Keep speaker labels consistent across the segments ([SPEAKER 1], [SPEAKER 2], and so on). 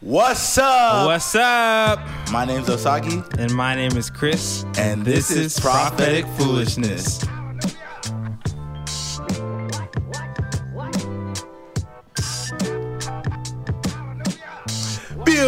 [SPEAKER 1] What's up?
[SPEAKER 2] What's up?
[SPEAKER 1] My name's Osagi,
[SPEAKER 2] And my name is Chris.
[SPEAKER 1] and this, is Prophetic Foolishness. Pew!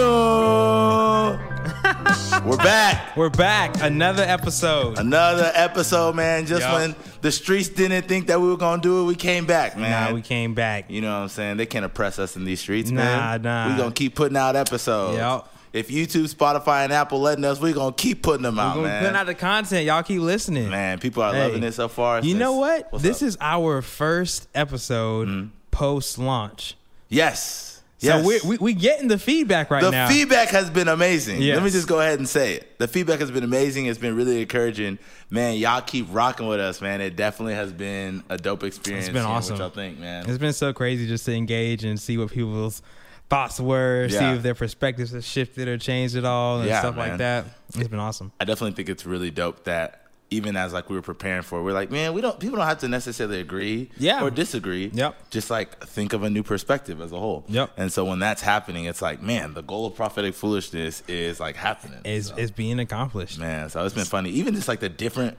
[SPEAKER 1] We're back.
[SPEAKER 2] We're back. Another episode.
[SPEAKER 1] Another episode, man. Just
[SPEAKER 2] Yup.
[SPEAKER 1] when the streets didn't think that we were gonna do it, we came back, man.
[SPEAKER 2] Nah, we came back.
[SPEAKER 1] You know what I'm saying? They can't oppress us in these streets,
[SPEAKER 2] Nah,
[SPEAKER 1] man.
[SPEAKER 2] nah.
[SPEAKER 1] We gonna keep putting out episodes.
[SPEAKER 2] Yup.
[SPEAKER 1] If YouTube, Spotify, and Apple letting us, we gonna keep putting them out,
[SPEAKER 2] We're
[SPEAKER 1] man.
[SPEAKER 2] putting out the content. Y'all keep listening.
[SPEAKER 1] man, people are
[SPEAKER 2] Hey.
[SPEAKER 1] loving it so far.
[SPEAKER 2] You know what? this
[SPEAKER 1] is
[SPEAKER 2] is our first episode post launch.
[SPEAKER 1] yes,
[SPEAKER 2] So
[SPEAKER 1] yes.
[SPEAKER 2] we're we, we getting the feedback right
[SPEAKER 1] the
[SPEAKER 2] now.
[SPEAKER 1] feedback has been amazing. Let me
[SPEAKER 2] Yes.
[SPEAKER 1] just go ahead and say it. The feedback has been amazing. It's been really encouraging. Man, y'all keep rocking with us, man. It definitely has been a dope experience.
[SPEAKER 2] been
[SPEAKER 1] hearing what
[SPEAKER 2] awesome.
[SPEAKER 1] y'all think, man?
[SPEAKER 2] it's been so crazy just to engage and see what people's thoughts were,
[SPEAKER 1] Yeah.
[SPEAKER 2] see if their perspectives have shifted or changed at all and
[SPEAKER 1] Yeah,
[SPEAKER 2] stuff
[SPEAKER 1] man.
[SPEAKER 2] like that. It's been awesome.
[SPEAKER 1] I definitely think it's really dope that even as like we were preparing for, it, we're like, man, we don't people don't have to necessarily agree
[SPEAKER 2] Yeah.
[SPEAKER 1] or disagree.
[SPEAKER 2] Yep.
[SPEAKER 1] Just like think of a new perspective as a whole.
[SPEAKER 2] Yep.
[SPEAKER 1] And so when that's happening, it's like, man, the goal of prophetic foolishness is like happening.
[SPEAKER 2] It's, it's being accomplished.
[SPEAKER 1] man, so it's been funny. Even just like the different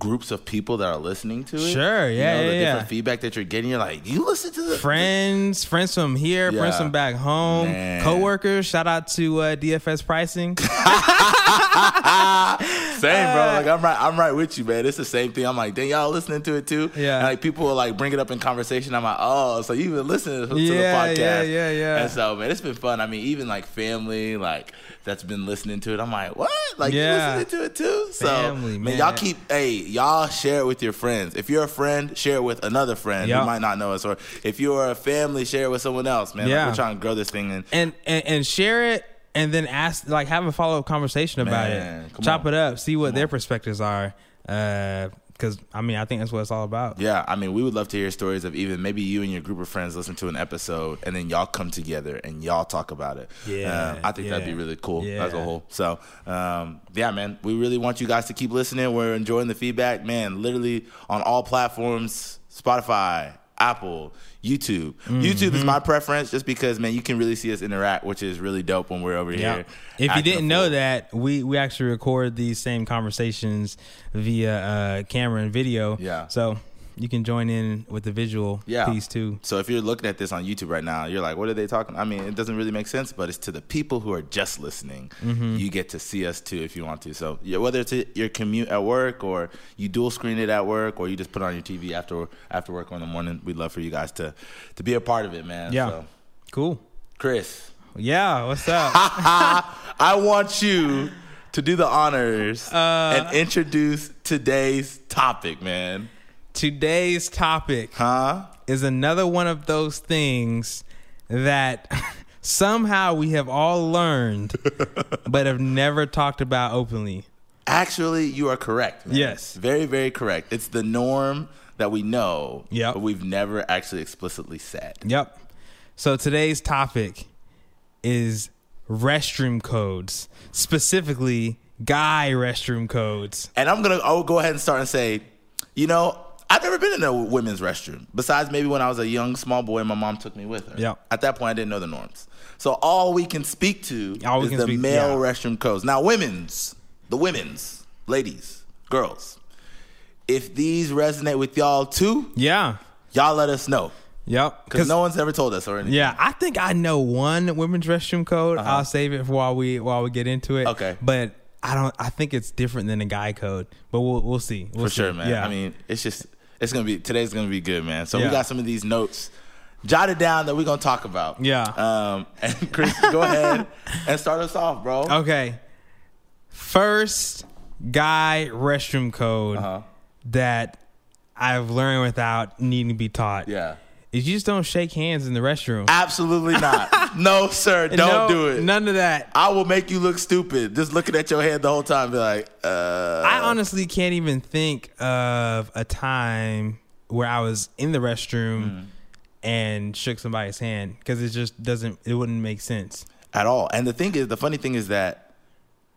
[SPEAKER 1] groups of people that are listening to it.
[SPEAKER 2] Sure,
[SPEAKER 1] You
[SPEAKER 2] yeah,
[SPEAKER 1] know, the
[SPEAKER 2] yeah,
[SPEAKER 1] different
[SPEAKER 2] yeah.
[SPEAKER 1] feedback that you're getting, you're like, you listen to the
[SPEAKER 2] friends, friends from here, friends
[SPEAKER 1] Yeah.
[SPEAKER 2] from back home,
[SPEAKER 1] Man.
[SPEAKER 2] coworkers. Shout out to uh, DFS Pricing.
[SPEAKER 1] Same,
[SPEAKER 2] Uh,
[SPEAKER 1] bro. Like I'm right, I'm right with you, man. It's the same thing. I'm like, dang, y'all listening to it too.
[SPEAKER 2] Yeah.
[SPEAKER 1] And like people will like bring it up in conversation. I'm like, oh, so you even listening to
[SPEAKER 2] Yeah,
[SPEAKER 1] the podcast?
[SPEAKER 2] yeah, yeah, yeah.
[SPEAKER 1] And so, man, it's been fun. I mean, even like family, like that's been listening to it. I'm like, what? Like
[SPEAKER 2] Yeah.
[SPEAKER 1] you listening to it too? So,
[SPEAKER 2] Family, man.
[SPEAKER 1] y'all keep, hey, y'all share it with your friends. If you're a friend, share it with another friend
[SPEAKER 2] Yeah.
[SPEAKER 1] who might not know us, or if you're a family, share it with someone else, man. Like,
[SPEAKER 2] Yeah.
[SPEAKER 1] we're trying to grow this thing and.
[SPEAKER 2] and, and and share it, and then ask like have a follow up conversation about
[SPEAKER 1] Man, come
[SPEAKER 2] it. Chop
[SPEAKER 1] on.
[SPEAKER 2] it up, see what their perspectives are. Because I mean, I think that's what it's all about.
[SPEAKER 1] Yeah, I mean, we would love to hear stories of even maybe you and your group of friends listen to an episode and then y'all come together and y'all talk about it.
[SPEAKER 2] Yeah,
[SPEAKER 1] Um, I think that'd be
[SPEAKER 2] yeah,
[SPEAKER 1] really cool as a
[SPEAKER 2] yeah.
[SPEAKER 1] whole. So, um, yeah, man, we really want you guys to keep listening. We're enjoying the feedback, man. Literally on all platforms, Spotify. Apple, YouTube.
[SPEAKER 2] Mm-hmm.
[SPEAKER 1] YouTube is my preference just because, man, you can really see us interact, which is really dope when we're over
[SPEAKER 2] Yeah.
[SPEAKER 1] here.
[SPEAKER 2] If you
[SPEAKER 1] acting a
[SPEAKER 2] didn't know
[SPEAKER 1] fool.
[SPEAKER 2] that, we we actually record these same conversations via uh, camera and video.
[SPEAKER 1] Yeah.
[SPEAKER 2] So you can join in with the visual
[SPEAKER 1] yeah.
[SPEAKER 2] piece too.
[SPEAKER 1] So if you're looking at this on YouTube right now, you're like, what are they talking? I mean, it doesn't really make sense, but it's to the people who are just listening. You get to see us too if you want to. So yeah, whether it's your commute at work or you dual screen it at work or you just put it on your TV after after work or in the morning, we'd love for you guys to to be a part of it, man.
[SPEAKER 2] Yeah.
[SPEAKER 1] So,
[SPEAKER 2] Cool.
[SPEAKER 1] Chris,
[SPEAKER 2] Yeah. What's up?
[SPEAKER 1] I want you to do the honors and introduce today's topic, man.
[SPEAKER 2] Today's topic
[SPEAKER 1] Huh?
[SPEAKER 2] is another one of those things that somehow we have all learned but have never talked about openly.
[SPEAKER 1] Actually, you are correct. man.
[SPEAKER 2] Yes.
[SPEAKER 1] Very, very correct. It's the norm that we know,
[SPEAKER 2] Yep.
[SPEAKER 1] but we've never actually explicitly said.
[SPEAKER 2] Yep. So today's topic is restroom codes, specifically guy restroom codes.
[SPEAKER 1] And I'm going to go ahead and start and say, you know, I've never been in a women's restroom, besides maybe when I was a young, small boy and my mom took me with her.
[SPEAKER 2] Yep.
[SPEAKER 1] At that point, I didn't know the norms. So all we can speak to
[SPEAKER 2] All we
[SPEAKER 1] is
[SPEAKER 2] can
[SPEAKER 1] the
[SPEAKER 2] speak-
[SPEAKER 1] male
[SPEAKER 2] yeah.
[SPEAKER 1] restroom codes. Now, women's, the women's, ladies, girls, if these resonate with y'all too,
[SPEAKER 2] Yeah.
[SPEAKER 1] y'all let us know.
[SPEAKER 2] Yep.
[SPEAKER 1] Because no one's ever told us or anything.
[SPEAKER 2] Yeah, I think I know one women's restroom code. I'll save it for while we while we get into it.
[SPEAKER 1] Uh-huh. Okay.
[SPEAKER 2] but I don't. I think it's different than a guy code, but we'll we'll see. We'll
[SPEAKER 1] for sure,
[SPEAKER 2] see.
[SPEAKER 1] man.
[SPEAKER 2] Yeah.
[SPEAKER 1] I mean, it's just it's gonna be today's gonna be good, man. So we
[SPEAKER 2] Yeah.
[SPEAKER 1] got some of these notes jotted down that we're gonna talk about.
[SPEAKER 2] Yeah.
[SPEAKER 1] Um, and Chris, go ahead and start us off, bro.
[SPEAKER 2] okay. First guy restroom code
[SPEAKER 1] Uh-huh.
[SPEAKER 2] that I've learned without needing to be taught.
[SPEAKER 1] Yeah.
[SPEAKER 2] is you just don't shake hands in the restroom.
[SPEAKER 1] Absolutely not. no, sir. Don't
[SPEAKER 2] No,
[SPEAKER 1] do it.
[SPEAKER 2] None of that.
[SPEAKER 1] I will make you look stupid just looking at your hand the whole time. Be like, uh,
[SPEAKER 2] I honestly can't even think of a time where I was in the restroom
[SPEAKER 1] Hmm.
[SPEAKER 2] and shook somebody's hand because it just doesn't. It wouldn't make sense.
[SPEAKER 1] at all. And the thing is, the funny thing is that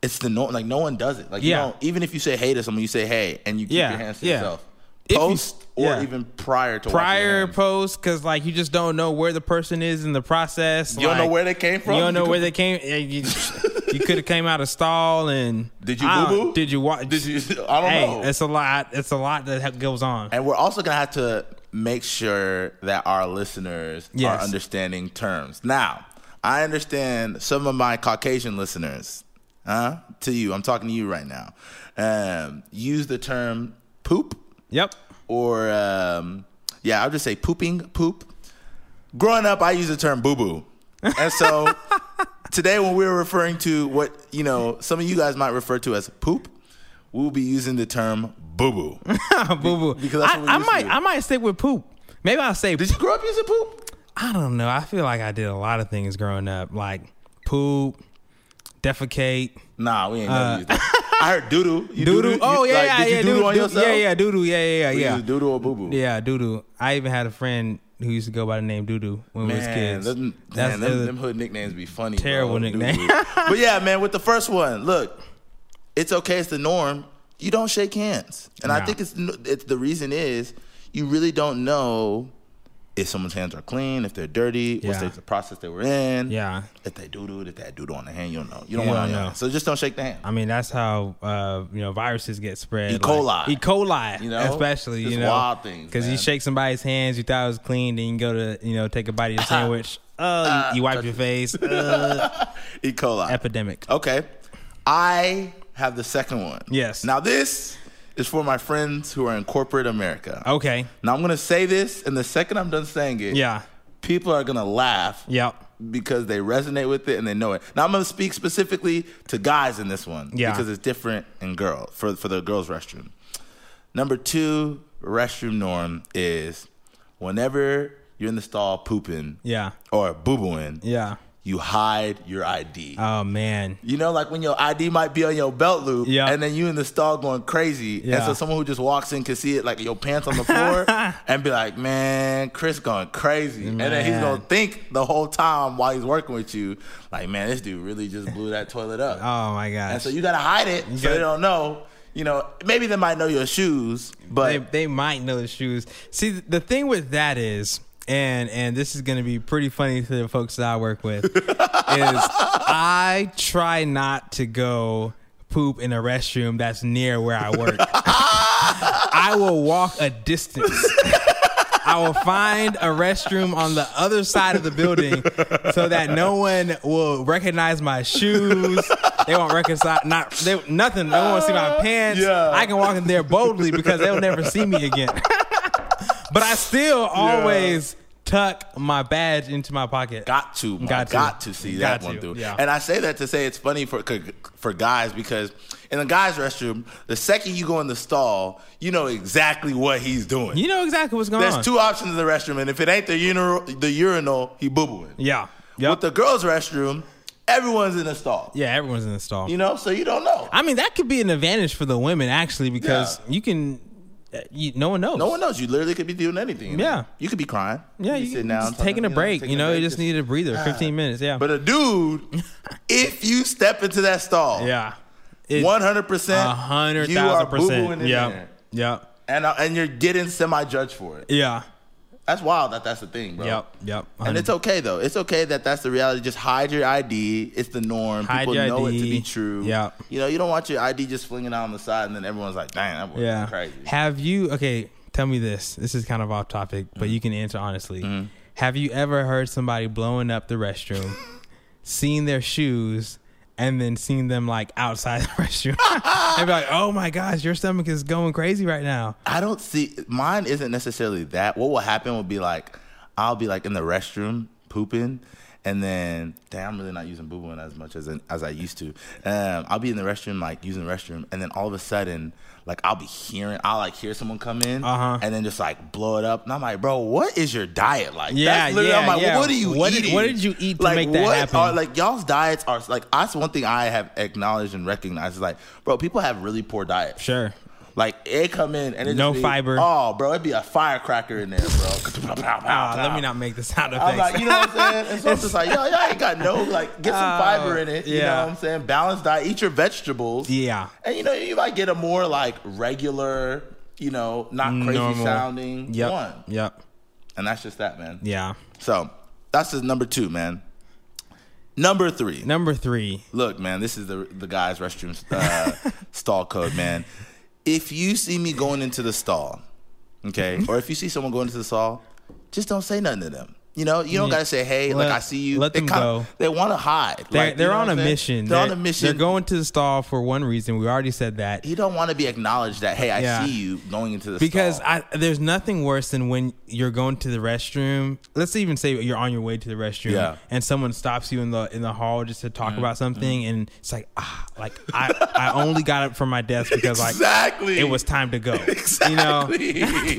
[SPEAKER 1] it's the norm. Like no one does it. Like
[SPEAKER 2] Yeah.
[SPEAKER 1] you don't, even if you say hey to someone, you say hey, and you keep
[SPEAKER 2] Yeah,
[SPEAKER 1] your hands to
[SPEAKER 2] yeah.
[SPEAKER 1] yourself.
[SPEAKER 2] If you-
[SPEAKER 1] post or
[SPEAKER 2] yeah.
[SPEAKER 1] even prior to
[SPEAKER 2] prior
[SPEAKER 1] washing your hands.
[SPEAKER 2] post because like you just don't know where the person is in the process.
[SPEAKER 1] you don't know
[SPEAKER 2] Like,
[SPEAKER 1] where they came from.
[SPEAKER 2] You don't know where they came. yeah, You, you could have came out of stall and
[SPEAKER 1] Did you
[SPEAKER 2] I don't-
[SPEAKER 1] boo-boo?
[SPEAKER 2] Did you watch?
[SPEAKER 1] Did you- I don't
[SPEAKER 2] hey,
[SPEAKER 1] know.
[SPEAKER 2] it's a lot. It's a lot that ha- goes on.
[SPEAKER 1] And we're also gonna have to make sure that our listeners
[SPEAKER 2] Yes.
[SPEAKER 1] are understanding terms. Now, I understand some of my Caucasian listeners, huh? To you, I'm talking to you right now. Um, use the term poop
[SPEAKER 2] Yep.
[SPEAKER 1] or um, yeah, I'll just say pooping poop. Growing up, I used the term boo boo, and so today when we were referring to what you know some of you guys might refer to as poop, we'll be using the term boo boo.
[SPEAKER 2] boo boo.
[SPEAKER 1] because that's what we
[SPEAKER 2] I, I
[SPEAKER 1] used to
[SPEAKER 2] might.
[SPEAKER 1] do.
[SPEAKER 2] I might stick with poop. Maybe I'll say.
[SPEAKER 1] Did you grow up using poop?
[SPEAKER 2] I don't know. I feel like I did a lot of things growing up, like poop, defecate,
[SPEAKER 1] Nah, we ain't never used that. I heard doodoo. You
[SPEAKER 2] Uh, doodoo. Oh yeah,
[SPEAKER 1] like,
[SPEAKER 2] yeah,
[SPEAKER 1] did you
[SPEAKER 2] yeah,
[SPEAKER 1] doodoo
[SPEAKER 2] doodoo.
[SPEAKER 1] on
[SPEAKER 2] doo-
[SPEAKER 1] yourself?
[SPEAKER 2] Yeah, yeah, doodoo. Yeah, yeah,
[SPEAKER 1] We
[SPEAKER 2] yeah.
[SPEAKER 1] use doodoo or boo boo.
[SPEAKER 2] Yeah, Doodoo. I even had a friend who used to go by the name Doodoo when we was
[SPEAKER 1] Man,
[SPEAKER 2] kids.
[SPEAKER 1] them, man,
[SPEAKER 2] That's
[SPEAKER 1] them-
[SPEAKER 2] the-
[SPEAKER 1] them hood nicknames be funny.
[SPEAKER 2] Terrible
[SPEAKER 1] bro. Dude.
[SPEAKER 2] nickname.
[SPEAKER 1] but yeah, man, with the first one, look, it's okay. It's the norm. You don't shake hands, and I
[SPEAKER 2] Nah.
[SPEAKER 1] think it's it's the reason is you really don't know if someone's hands are clean, if they're dirty, what's
[SPEAKER 2] Yeah.
[SPEAKER 1] the process they were in.
[SPEAKER 2] yeah.
[SPEAKER 1] If they doo doo, if they had doo doo on the hand, you don't know. You don't
[SPEAKER 2] You
[SPEAKER 1] want
[SPEAKER 2] don't
[SPEAKER 1] to
[SPEAKER 2] know.
[SPEAKER 1] know. So just don't shake the hand.
[SPEAKER 2] I mean, that's how uh, you know viruses get spread.
[SPEAKER 1] E.
[SPEAKER 2] like-
[SPEAKER 1] coli.
[SPEAKER 2] E. coli,
[SPEAKER 1] You
[SPEAKER 2] you
[SPEAKER 1] know?
[SPEAKER 2] know, especially
[SPEAKER 1] Just
[SPEAKER 2] you know,
[SPEAKER 1] wild things,
[SPEAKER 2] you
[SPEAKER 1] man.
[SPEAKER 2] shake somebody's hands, you thought it was clean, then you go to you know take a bite of your sandwich. Uh, you, you wipe your face. Uh,
[SPEAKER 1] E. coli.
[SPEAKER 2] epidemic.
[SPEAKER 1] Okay. I have the second one.
[SPEAKER 2] Yes.
[SPEAKER 1] Now this is for my friends who are in corporate America.
[SPEAKER 2] Okay.
[SPEAKER 1] Now I'm gonna say this, and the second I'm done saying it,
[SPEAKER 2] Yeah.
[SPEAKER 1] people are gonna laugh
[SPEAKER 2] Yep.
[SPEAKER 1] because they resonate with it and they know it. Now I'm gonna speak specifically to guys in this one
[SPEAKER 2] Yeah.
[SPEAKER 1] because it's different in girl for for the girls' restroom. Number two restroom norm is whenever you're in the stall pooping
[SPEAKER 2] Yeah.
[SPEAKER 1] or boo booing,
[SPEAKER 2] Yeah.
[SPEAKER 1] you hide your ID.
[SPEAKER 2] Oh man.
[SPEAKER 1] You know, like when your ID might be on your belt loop,
[SPEAKER 2] Yeah.
[SPEAKER 1] and then you in the stall going crazy, and
[SPEAKER 2] Yeah.
[SPEAKER 1] so someone who just walks in can see it, like your pants on the floor, and be like, "Man, Chris going crazy," and then he's
[SPEAKER 2] Man.
[SPEAKER 1] gonna think the whole time while he's working with you, like, "Man, this dude really just blew that toilet up,"
[SPEAKER 2] Oh my
[SPEAKER 1] and
[SPEAKER 2] gosh.
[SPEAKER 1] so you gotta hide it so
[SPEAKER 2] gotta-
[SPEAKER 1] they don't know. You know, maybe they might know your shoes, but
[SPEAKER 2] they, they might know the shoes. See, the thing with that is, and and this is going to be pretty funny to the folks that I work with, is I try not to go poop in a restroom that's near where I work. I will walk a distance. I will find a restroom on the other side of the building so that no one will recognize my shoes. They won't recognize not they, nothing. They won't see my pants.
[SPEAKER 1] Uh, Yeah.
[SPEAKER 2] I can walk in there boldly because they'll never see me again. but I still always tuck my badge into my pocket.
[SPEAKER 1] got to, Mom. got
[SPEAKER 2] Got
[SPEAKER 1] to,
[SPEAKER 2] to.
[SPEAKER 1] see
[SPEAKER 2] Got
[SPEAKER 1] that one
[SPEAKER 2] to,
[SPEAKER 1] through.
[SPEAKER 2] yeah.
[SPEAKER 1] And I say that to say it's funny for for guys because in the guys' restroom, the second you go in the stall, you know exactly what he's doing.
[SPEAKER 2] You know exactly what's going on.
[SPEAKER 1] There's two options in the restroom, and if it ain't the urinal, the urinal, he boo booing.
[SPEAKER 2] yeah. Yep.
[SPEAKER 1] With the girls' restroom, everyone's in the stall.
[SPEAKER 2] yeah, everyone's in the stall.
[SPEAKER 1] You know, so you don't know.
[SPEAKER 2] I mean, that could be an advantage for the women actually because you can. uh, You, no one knows.
[SPEAKER 1] No one knows. You literally could be doing anything.
[SPEAKER 2] Yeah.
[SPEAKER 1] you could be crying.
[SPEAKER 2] Yeah,
[SPEAKER 1] could be
[SPEAKER 2] you
[SPEAKER 1] sitting
[SPEAKER 2] just
[SPEAKER 1] talking,
[SPEAKER 2] taking a break.
[SPEAKER 1] taking
[SPEAKER 2] You know, you
[SPEAKER 1] break,
[SPEAKER 2] just needed a breather, fifteen minutes. Yeah,
[SPEAKER 1] But a dude, if you step into that stall,
[SPEAKER 2] yeah, It-
[SPEAKER 1] One hundred percent.
[SPEAKER 2] a hundred
[SPEAKER 1] You are
[SPEAKER 2] thousand
[SPEAKER 1] boo-booing in
[SPEAKER 2] percent. Yeah,
[SPEAKER 1] there.
[SPEAKER 2] yeah,
[SPEAKER 1] And uh, and you're getting semi judged for it.
[SPEAKER 2] yeah,
[SPEAKER 1] That's wild. That that's the thing, bro.
[SPEAKER 2] yep, yep.
[SPEAKER 1] And it's okay though. It's okay that that's the reality. Just hide your ID. It's the norm.
[SPEAKER 2] Hide
[SPEAKER 1] People
[SPEAKER 2] your
[SPEAKER 1] know it to
[SPEAKER 2] ID.
[SPEAKER 1] be true.
[SPEAKER 2] Yep.
[SPEAKER 1] You know, you don't want your ID just flinging out on the side, and then everyone's like, "Dang, that was
[SPEAKER 2] yeah.
[SPEAKER 1] crazy."
[SPEAKER 2] Have you? Okay, tell me this. This is kind of off topic,
[SPEAKER 1] Mm-hmm.
[SPEAKER 2] but you can answer honestly. Have you ever heard somebody blowing up the restroom, seeing their shoes? And then seeing them like outside the restroom, and be like, "Oh my gosh, your stomach is going crazy right now."
[SPEAKER 1] I don't see mine isn't necessarily that. What will happen will be like I'll be like in the restroom pooping and then damn I'm really not using boo booing as much as as I used to. Um I'll be in the restroom like using the restroom and then all of a sudden like I'll be hearing I'll like hear someone come in
[SPEAKER 2] Uh-huh.
[SPEAKER 1] and then just like blow it up and I'm like, bro, what is your diet like?
[SPEAKER 2] Yeah,
[SPEAKER 1] literally-
[SPEAKER 2] yeah,
[SPEAKER 1] I'm like,
[SPEAKER 2] yeah.
[SPEAKER 1] what are you
[SPEAKER 2] What did-
[SPEAKER 1] eating?
[SPEAKER 2] what did you eat to
[SPEAKER 1] like,
[SPEAKER 2] make that
[SPEAKER 1] what
[SPEAKER 2] happen?
[SPEAKER 1] Are, like y'all's diets are like that's one thing I have acknowledged and recognized is like, bro, people have really poor diets.
[SPEAKER 2] Sure.
[SPEAKER 1] Like it come in and it
[SPEAKER 2] No
[SPEAKER 1] just be,
[SPEAKER 2] fiber.
[SPEAKER 1] Oh, bro, it'd be a firecracker in there, bro. Pow, pow, pow,
[SPEAKER 2] Ah, let me
[SPEAKER 1] pow.
[SPEAKER 2] not make the sound effects.
[SPEAKER 1] I'm like, you know what I'm saying? And so I'm just like, yo, y'all ain't got no like, get some
[SPEAKER 2] Oh,
[SPEAKER 1] fiber in it. You know
[SPEAKER 2] yeah.
[SPEAKER 1] what I'm saying? Balanced diet, eat your vegetables.
[SPEAKER 2] yeah.
[SPEAKER 1] And you know, you might get a more like regular you know, not crazy
[SPEAKER 2] Normal.
[SPEAKER 1] sounding
[SPEAKER 2] Yep.
[SPEAKER 1] one.
[SPEAKER 2] Yep.
[SPEAKER 1] And that's just that, man.
[SPEAKER 2] Yeah.
[SPEAKER 1] So that's his number two, man. Number three.
[SPEAKER 2] Number three.
[SPEAKER 1] Look, man, this is the the guy's restroom uh, stall code, man. If you see me going into the stall, okay,
[SPEAKER 2] Mm-hmm.
[SPEAKER 1] or if you see someone going into the stall, just don't say nothing to them. You know, you don't gotta say, "Hey, like
[SPEAKER 2] Let-
[SPEAKER 1] I see you."
[SPEAKER 2] let
[SPEAKER 1] they
[SPEAKER 2] them
[SPEAKER 1] kinda-
[SPEAKER 2] go.
[SPEAKER 1] They want to hide.
[SPEAKER 2] They're,
[SPEAKER 1] Like, you
[SPEAKER 2] they're
[SPEAKER 1] know
[SPEAKER 2] on
[SPEAKER 1] what
[SPEAKER 2] a
[SPEAKER 1] I'm saying?
[SPEAKER 2] mission.
[SPEAKER 1] They're, on a mission.
[SPEAKER 2] They're going to the stall for one reason. We already said that.
[SPEAKER 1] you don't want to be acknowledged that, "Hey, I
[SPEAKER 2] Yeah.
[SPEAKER 1] see you going into the
[SPEAKER 2] Because
[SPEAKER 1] stall."
[SPEAKER 2] I, there's nothing worse than when you're going to the restroom. Let's even say you're on your way to the restroom,
[SPEAKER 1] Yeah.
[SPEAKER 2] and someone stops you in the in the hall just to talk about something, and it's like ah, like I I only got up from my desk because like
[SPEAKER 1] exactly
[SPEAKER 2] it was time to go. You know,
[SPEAKER 1] Exactly.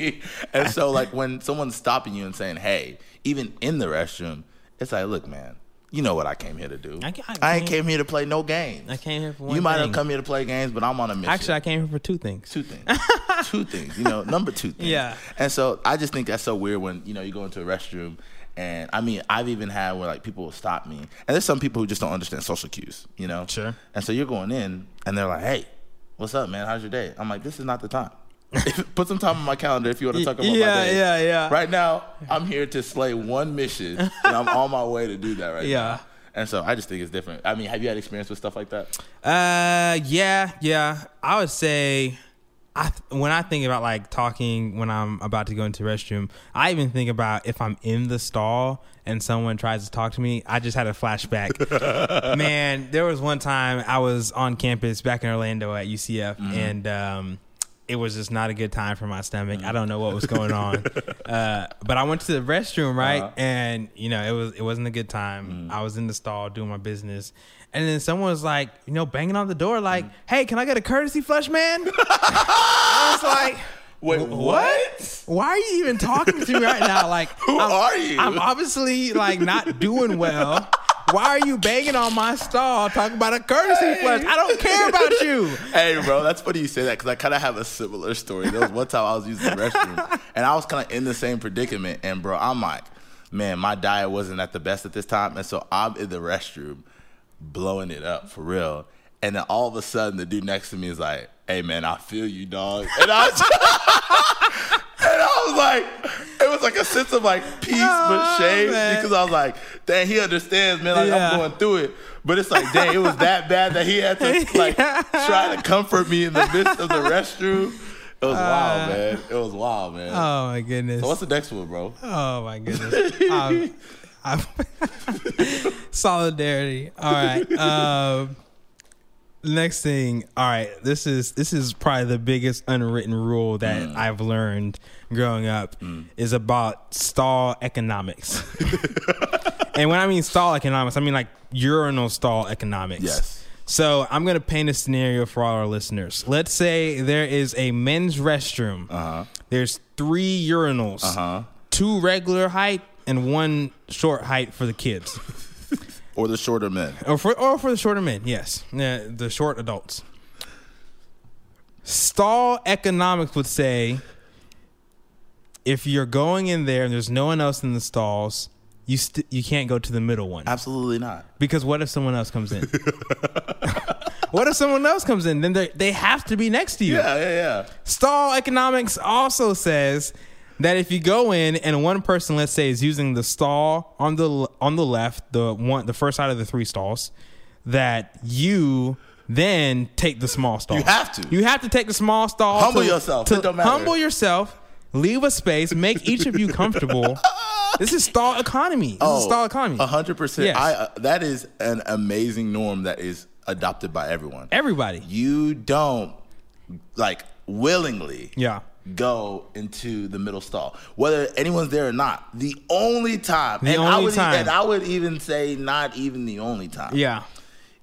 [SPEAKER 1] and so, like, when someone's stopping you and saying, hey, even in the restroom, it's like, look, man, you know what I came here to do.
[SPEAKER 2] I ca- I
[SPEAKER 1] ain't
[SPEAKER 2] came-
[SPEAKER 1] came here to play no games.
[SPEAKER 2] I came here for one
[SPEAKER 1] You might have
[SPEAKER 2] thing.
[SPEAKER 1] come here to play games, but I'm on a mission.
[SPEAKER 2] actually, I came here for two things.
[SPEAKER 1] two things. two things, you know, number two things.
[SPEAKER 2] Yeah.
[SPEAKER 1] And so I just think that's so weird when, you know, you go into a restroom. And I mean, I've even had where like people will stop me, and there's some people who just don't understand social cues, you know.
[SPEAKER 2] Sure.
[SPEAKER 1] And so you're going in, and they're like, "Hey, what's up, man? How's your day?" I'm like, "This is not the time. Put some time on my calendar if you want to talk about my
[SPEAKER 2] Yeah,
[SPEAKER 1] day.
[SPEAKER 2] yeah, yeah.
[SPEAKER 1] Right now, I'm here to slay one mission, and I'm on my way to do that right
[SPEAKER 2] Yeah.
[SPEAKER 1] now. And so I just think it's different. I mean, have you had experience with stuff like that?
[SPEAKER 2] Uh, yeah, yeah. I would say, I th- when I think about like talking when I'm about to go into the restroom, I even think about if I'm in the stall and someone tries to talk to me. I just had a flashback. Man, there was one time I was on campus back in Orlando at UCF, and um. It was just not a good time for my stomach. I don't know what was going on, uh, but I went to the restroom right, and you know it was it wasn't a good time. I was in the stall doing my business, and then someone was like, you know, banging on the door, like, "Hey, can I get a courtesy flush, man?" I was like,
[SPEAKER 1] Wait, what?
[SPEAKER 2] "Why are you even talking to me right now? Like,
[SPEAKER 1] Who
[SPEAKER 2] I'm,
[SPEAKER 1] are you?
[SPEAKER 2] I'm obviously like not doing well." Why are you banging on my stall talking about a courtesy flush? I don't care about you.
[SPEAKER 1] hey, bro, that's funny you say that because I kind of have a similar story. There was one time I was using the restroom and I was kind of in the same predicament. And, bro, I'm like, man, my diet wasn't at the best at this time. And so I'm in the restroom blowing it up for real. And then all of a sudden, the dude next to me is like, hey, man, I feel you, dog. And I was And I was like, it was like a sense of like peace
[SPEAKER 2] Oh,
[SPEAKER 1] but shame
[SPEAKER 2] man.
[SPEAKER 1] because I was like, dang, he understands, man. Like
[SPEAKER 2] Yeah.
[SPEAKER 1] I'm going through it, but it's like, dang, it was that bad that he had to like try to comfort me in the midst of the restroom. It was
[SPEAKER 2] Uh,
[SPEAKER 1] wild, man. It was wild, man.
[SPEAKER 2] Oh my goodness.
[SPEAKER 1] so what's the next one, bro?
[SPEAKER 2] Oh my goodness. Um, I'm- solidarity. All right. Um, next thing. All right. This is this is probably the biggest unwritten rule that I've learned growing up is about stall economics. and when I mean stall economics, I mean like urinal stall economics.
[SPEAKER 1] Yes.
[SPEAKER 2] So I'm gonna paint a scenario for all our listeners. Let's say there is a men's restroom. Uh-huh. There's three urinals, uh-huh. two regular height and one short height for the kids,
[SPEAKER 1] Or the shorter men.
[SPEAKER 2] or Oh, for or for the shorter men. Yes, yeah, the short adults. Stall economics would say, if you're going in there and there's no one else in the stalls, you st- you can't go to the middle one.
[SPEAKER 1] Absolutely not.
[SPEAKER 2] Because what if someone else comes in? what if someone else comes in? Then they they have to be next to you.
[SPEAKER 1] Yeah, yeah, yeah.
[SPEAKER 2] Stall economics also says that if you go in and one person, let's say, is using the stall on the on the left, the one the first side of the three stalls, that you then take the small stall.
[SPEAKER 1] You have to.
[SPEAKER 2] You have to take the small stall.
[SPEAKER 1] Humble
[SPEAKER 2] to-
[SPEAKER 1] yourself.
[SPEAKER 2] To
[SPEAKER 1] It don't matter.
[SPEAKER 2] Humble yourself. Leave a space. Make each of you comfortable. this is stall economy. This is stall economy.
[SPEAKER 1] Oh, A hundred percent.
[SPEAKER 2] Yes.
[SPEAKER 1] I uh, that is an amazing norm that is adopted by everyone.
[SPEAKER 2] Everybody.
[SPEAKER 1] You don't like willingly.
[SPEAKER 2] Yeah.
[SPEAKER 1] go into the middle stall, whether anyone's there or not. The only time,
[SPEAKER 2] The
[SPEAKER 1] and I
[SPEAKER 2] only
[SPEAKER 1] would, e-,
[SPEAKER 2] time.
[SPEAKER 1] and I would even say not even the only time.
[SPEAKER 2] Yeah.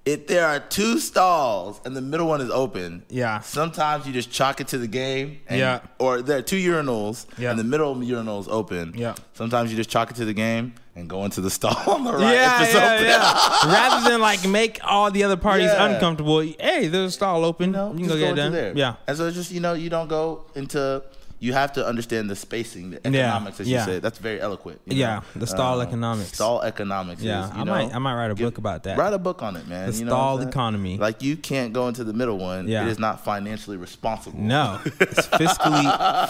[SPEAKER 1] If there are two stalls and the middle one is open,
[SPEAKER 2] Yeah.
[SPEAKER 1] Sometimes you just chalk it to the game. And,
[SPEAKER 2] Yeah.
[SPEAKER 1] Or there are two urinals
[SPEAKER 2] Yeah.
[SPEAKER 1] and the middle urinal is open.
[SPEAKER 2] Yeah.
[SPEAKER 1] Sometimes you just chalk it to the game and go into the stall on the right.
[SPEAKER 2] Yeah,
[SPEAKER 1] if it's
[SPEAKER 2] yeah,
[SPEAKER 1] open.
[SPEAKER 2] yeah. Rather than like make all the other parties
[SPEAKER 1] Yeah.
[SPEAKER 2] uncomfortable, hey, there's a stall open.
[SPEAKER 1] No,
[SPEAKER 2] you can
[SPEAKER 1] just
[SPEAKER 2] go get it
[SPEAKER 1] into
[SPEAKER 2] done.
[SPEAKER 1] there.
[SPEAKER 2] Yeah.
[SPEAKER 1] And so it's just you know you don't go into you have to understand the spacing, the
[SPEAKER 2] Yeah,
[SPEAKER 1] economics, as you
[SPEAKER 2] yeah.
[SPEAKER 1] said. That's very eloquent. you
[SPEAKER 2] Yeah,
[SPEAKER 1] know? Um,
[SPEAKER 2] the stall economics.
[SPEAKER 1] Uh, Stall economics.
[SPEAKER 2] Yeah,
[SPEAKER 1] is, you
[SPEAKER 2] I
[SPEAKER 1] know,
[SPEAKER 2] might- I might write a
[SPEAKER 1] give-
[SPEAKER 2] book about that.
[SPEAKER 1] Write a book on it, man.
[SPEAKER 2] The
[SPEAKER 1] you know what I'm
[SPEAKER 2] stall
[SPEAKER 1] saying?
[SPEAKER 2] economy.
[SPEAKER 1] Like you can't go into the middle one.
[SPEAKER 2] Yeah.
[SPEAKER 1] It is not financially responsible.
[SPEAKER 2] No, it's fiscally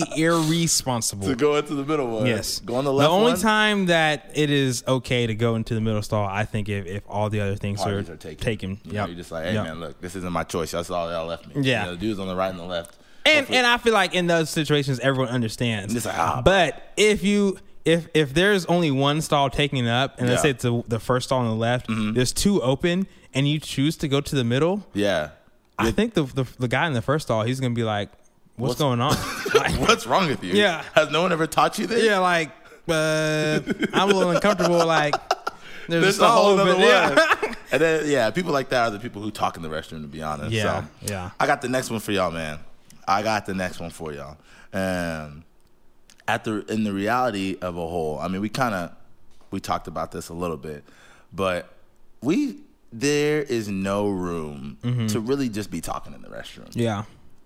[SPEAKER 2] fiscally irresponsible.
[SPEAKER 1] To go into the middle one.
[SPEAKER 2] Yes.
[SPEAKER 1] Go on the left.
[SPEAKER 2] only
[SPEAKER 1] one,
[SPEAKER 2] time that it is okay to go into the middle stall, I think, if, if all the other things
[SPEAKER 1] parties
[SPEAKER 2] are,
[SPEAKER 1] are taken.
[SPEAKER 2] taken.
[SPEAKER 1] You know,
[SPEAKER 2] Yep.
[SPEAKER 1] You're just like, hey
[SPEAKER 2] Yep.
[SPEAKER 1] man, look, this isn't my choice. That's all y'all left me.
[SPEAKER 2] Yeah.
[SPEAKER 1] You know, the dudes on the right and the left.
[SPEAKER 2] And and I feel like in those situations, everyone understands.
[SPEAKER 1] It's like, ah.
[SPEAKER 2] but if you if if there's only one stall taking up, and let's
[SPEAKER 1] Yeah. Mm-hmm.
[SPEAKER 2] say it's the, the first stall on the left, there's two open, and you choose to go to the middle,
[SPEAKER 1] yeah.
[SPEAKER 2] I think the, the the guy in the first stall, he's gonna be like, "What's, going on?" Like,
[SPEAKER 1] What's wrong with you?
[SPEAKER 2] Yeah.
[SPEAKER 1] Has no one ever taught you this?
[SPEAKER 2] yeah, like uh, I'm a little uncomfortable. Like there's,
[SPEAKER 1] There's
[SPEAKER 2] a
[SPEAKER 1] a whole
[SPEAKER 2] stall
[SPEAKER 1] other
[SPEAKER 2] open.
[SPEAKER 1] one.
[SPEAKER 2] Yeah.
[SPEAKER 1] and then yeah, people like that are the people who talk in the restroom. To be honest,
[SPEAKER 2] Yeah,
[SPEAKER 1] So,
[SPEAKER 2] yeah.
[SPEAKER 1] I got the next one for y'all, man. I got the next one for y'all. Um, at the in the reality of a whole, I mean, we kind of we talked about this a little bit, but we there is no room
[SPEAKER 2] Mm-hmm.
[SPEAKER 1] to really just be talking in the restroom.
[SPEAKER 2] yeah,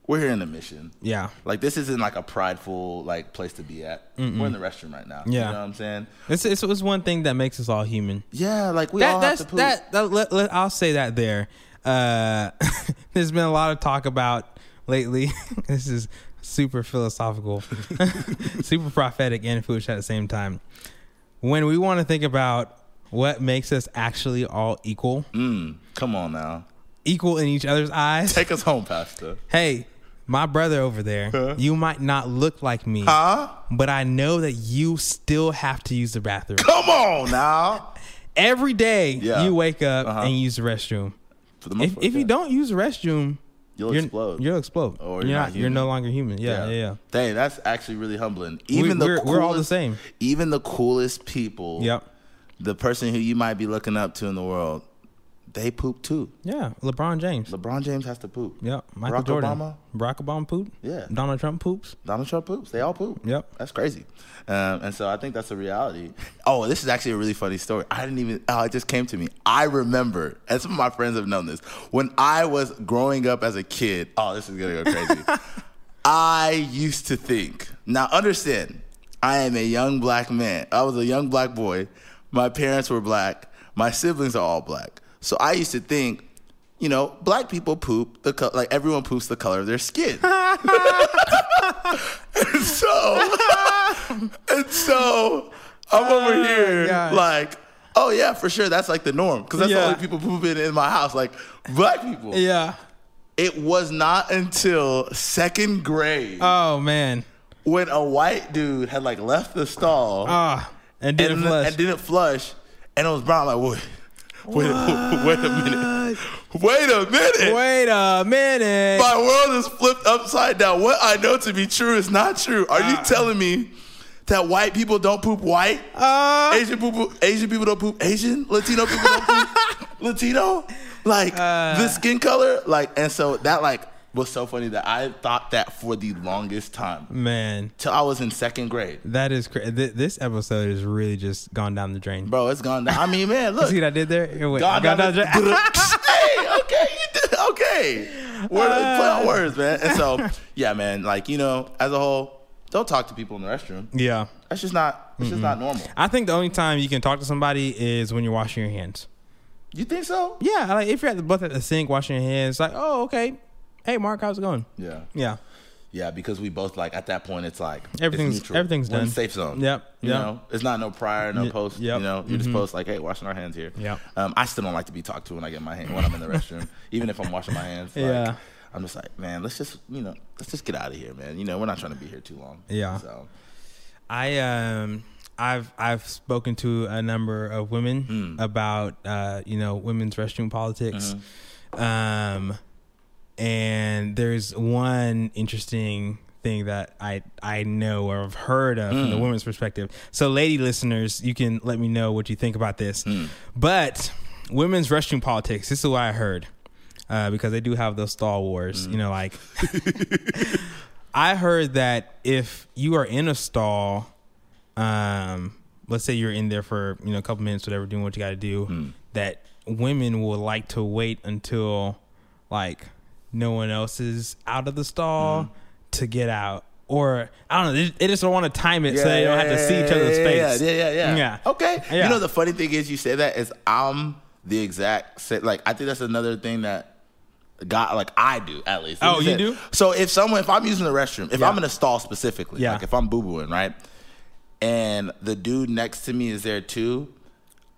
[SPEAKER 1] We're here in a mission.
[SPEAKER 2] yeah,
[SPEAKER 1] Like this isn't like a prideful like place to be at. We're in the restroom right now.
[SPEAKER 2] Yeah.
[SPEAKER 1] you know what I'm saying.
[SPEAKER 2] It's it's, it's one thing that makes us all human.
[SPEAKER 1] Yeah, like we all
[SPEAKER 2] that,
[SPEAKER 1] have
[SPEAKER 2] that's
[SPEAKER 1] to poop.
[SPEAKER 2] that, that let, let- I'll say that there. Uh, there's been a lot of talk about lately. this is super philosophical, super prophetic, and foolish at the same time. When we want to think about what makes us actually all equal,
[SPEAKER 1] Mm, come on now.
[SPEAKER 2] equal in each other's eyes.
[SPEAKER 1] Take us home, Pastor.
[SPEAKER 2] Hey, my brother over there, you might not look like me,
[SPEAKER 1] Huh?
[SPEAKER 2] but I know that you still have to use the bathroom.
[SPEAKER 1] Come on now.
[SPEAKER 2] Every day
[SPEAKER 1] Yeah.
[SPEAKER 2] you wake up
[SPEAKER 1] Uh-huh.
[SPEAKER 2] and use the restroom.
[SPEAKER 1] For the most
[SPEAKER 2] if,
[SPEAKER 1] part,
[SPEAKER 2] if you
[SPEAKER 1] yeah.
[SPEAKER 2] don't use the restroom,
[SPEAKER 1] You'll
[SPEAKER 2] you're-
[SPEAKER 1] explode.
[SPEAKER 2] You'll explode.
[SPEAKER 1] Or
[SPEAKER 2] you're,
[SPEAKER 1] you're
[SPEAKER 2] not.
[SPEAKER 1] not
[SPEAKER 2] you're no
[SPEAKER 1] human.
[SPEAKER 2] longer human. Yeah, yeah, yeah.
[SPEAKER 1] Dang, that's actually really humbling.
[SPEAKER 2] We,
[SPEAKER 1] Even the
[SPEAKER 2] we're,
[SPEAKER 1] coolest,
[SPEAKER 2] we're all the same.
[SPEAKER 1] Even the coolest people.
[SPEAKER 2] Yep.
[SPEAKER 1] The person who you might be looking up to in the world, they poop too.
[SPEAKER 2] Yeah. LeBron James.
[SPEAKER 1] LeBron James has to poop.
[SPEAKER 2] Yep. Michael
[SPEAKER 1] Barack
[SPEAKER 2] Jordan.
[SPEAKER 1] Obama?
[SPEAKER 2] Barack Obama poop.
[SPEAKER 1] Yeah.
[SPEAKER 2] Donald Trump poops.
[SPEAKER 1] Donald Trump poops. They all poop.
[SPEAKER 2] Yep.
[SPEAKER 1] That's crazy. Um, and so I think that's a reality. Oh, this is actually a really funny story. I didn't even, oh, it just came to me. I remember, and some of my friends have known this, when I was growing up as a kid, oh, this is going to go crazy. I used to think, now understand, I am a young black man. I was a young black boy. My parents were black. My siblings are all black. So I used to think, you know, black people poop the co- like everyone poops the color of their skin. And so and so I'm over here
[SPEAKER 2] Oh, gosh.
[SPEAKER 1] like, oh yeah, for sure. That's like the norm because that's
[SPEAKER 2] Yeah.
[SPEAKER 1] the only people pooping in my house, like black people.
[SPEAKER 2] Yeah.
[SPEAKER 1] It was not until second grade
[SPEAKER 2] Oh man.
[SPEAKER 1] when a white dude had like left the stall
[SPEAKER 2] Ah. And didn't
[SPEAKER 1] and,
[SPEAKER 2] flush.
[SPEAKER 1] and didn't flush, and it was brown. I'm like, wait, wait, a- wait a minute, wait a minute.
[SPEAKER 2] Wait a minute.
[SPEAKER 1] My world is flipped upside down. What I know to be true is not true. Are you
[SPEAKER 2] Ah.
[SPEAKER 1] telling me that white people don't poop white?
[SPEAKER 2] Ah.
[SPEAKER 1] Asian people, Asian people don't poop Asian. Latino people don't poop Latino. Like the skin color, like, and so that like was so funny that I thought that for the longest time
[SPEAKER 2] man.
[SPEAKER 1] till I was in second grade.
[SPEAKER 2] That is crazy. Th- this episode has really just gone down the drain.
[SPEAKER 1] Bro, it's gone down. I mean, man, look.
[SPEAKER 2] See what I did there? It went-
[SPEAKER 1] Gone
[SPEAKER 2] gone
[SPEAKER 1] down
[SPEAKER 2] down the drain.
[SPEAKER 1] the- hey, okay, you did, okay. Word, play on words, man. And so, yeah, man, like you know, as a whole, don't talk to people in the restroom.
[SPEAKER 2] yeah.
[SPEAKER 1] That's just not. It's just not normal.
[SPEAKER 2] I think the only time you can talk to somebody is when you're washing your hands.
[SPEAKER 1] You think so?
[SPEAKER 2] Yeah, like if you're at the both at the sink washing your hands, like, oh, okay. Hey, Mark, how's it going?
[SPEAKER 1] Yeah.
[SPEAKER 2] Yeah.
[SPEAKER 1] Yeah, because we both like at that point it's like it's
[SPEAKER 2] Everything's-
[SPEAKER 1] neutral.
[SPEAKER 2] everything's
[SPEAKER 1] We're in
[SPEAKER 2] done.
[SPEAKER 1] safe zone.
[SPEAKER 2] Yep,
[SPEAKER 1] You
[SPEAKER 2] yep.
[SPEAKER 1] know, it's not no prior, no
[SPEAKER 2] Y-
[SPEAKER 1] post.
[SPEAKER 2] yep, Mm-hmm.
[SPEAKER 1] You know, you just post like, hey, washing our hands here.
[SPEAKER 2] Yep.
[SPEAKER 1] Um, I still don't like to be talked to when I get my hand when I'm in the restroom, even if I'm washing my hands. Like,
[SPEAKER 2] Yeah.
[SPEAKER 1] I'm just like, man, let's just you know, let's just get out of here, man. You know, we're not trying to be here too long.
[SPEAKER 2] Yeah.
[SPEAKER 1] So
[SPEAKER 2] I um I've I've spoken to a number of women about uh, you know, women's restroom politics. Um and there's one interesting thing that I I know or have heard of from the women's perspective. So lady listeners, you can let me know what you think about this. But women's restroom politics, this is what I heard. Uh, because they do have those stall wars, you know, like I heard that if you are in a stall, um, let's say you're in there for you know a couple minutes, whatever, doing what you got to do,
[SPEAKER 1] Hmm.
[SPEAKER 2] that women will like to wait
[SPEAKER 1] Hmm.
[SPEAKER 2] until like no one else is out of the stall to get out or I don't know. They they just don't want to time it so they don't have to see each other's face.
[SPEAKER 1] Yeah, yeah, yeah.
[SPEAKER 2] Yeah.
[SPEAKER 1] Okay.
[SPEAKER 2] Yeah.
[SPEAKER 1] You know, the funny thing is, you say that is I'm the exact same. Like, I think that's another thing that God, like I do at least.
[SPEAKER 2] Oh, you
[SPEAKER 1] Is it-
[SPEAKER 2] do?
[SPEAKER 1] So if someone, if I'm using the restroom, if I'm in a stall specifically,
[SPEAKER 2] Yeah.
[SPEAKER 1] like if I'm boo booing, right, and the dude next to me is there too.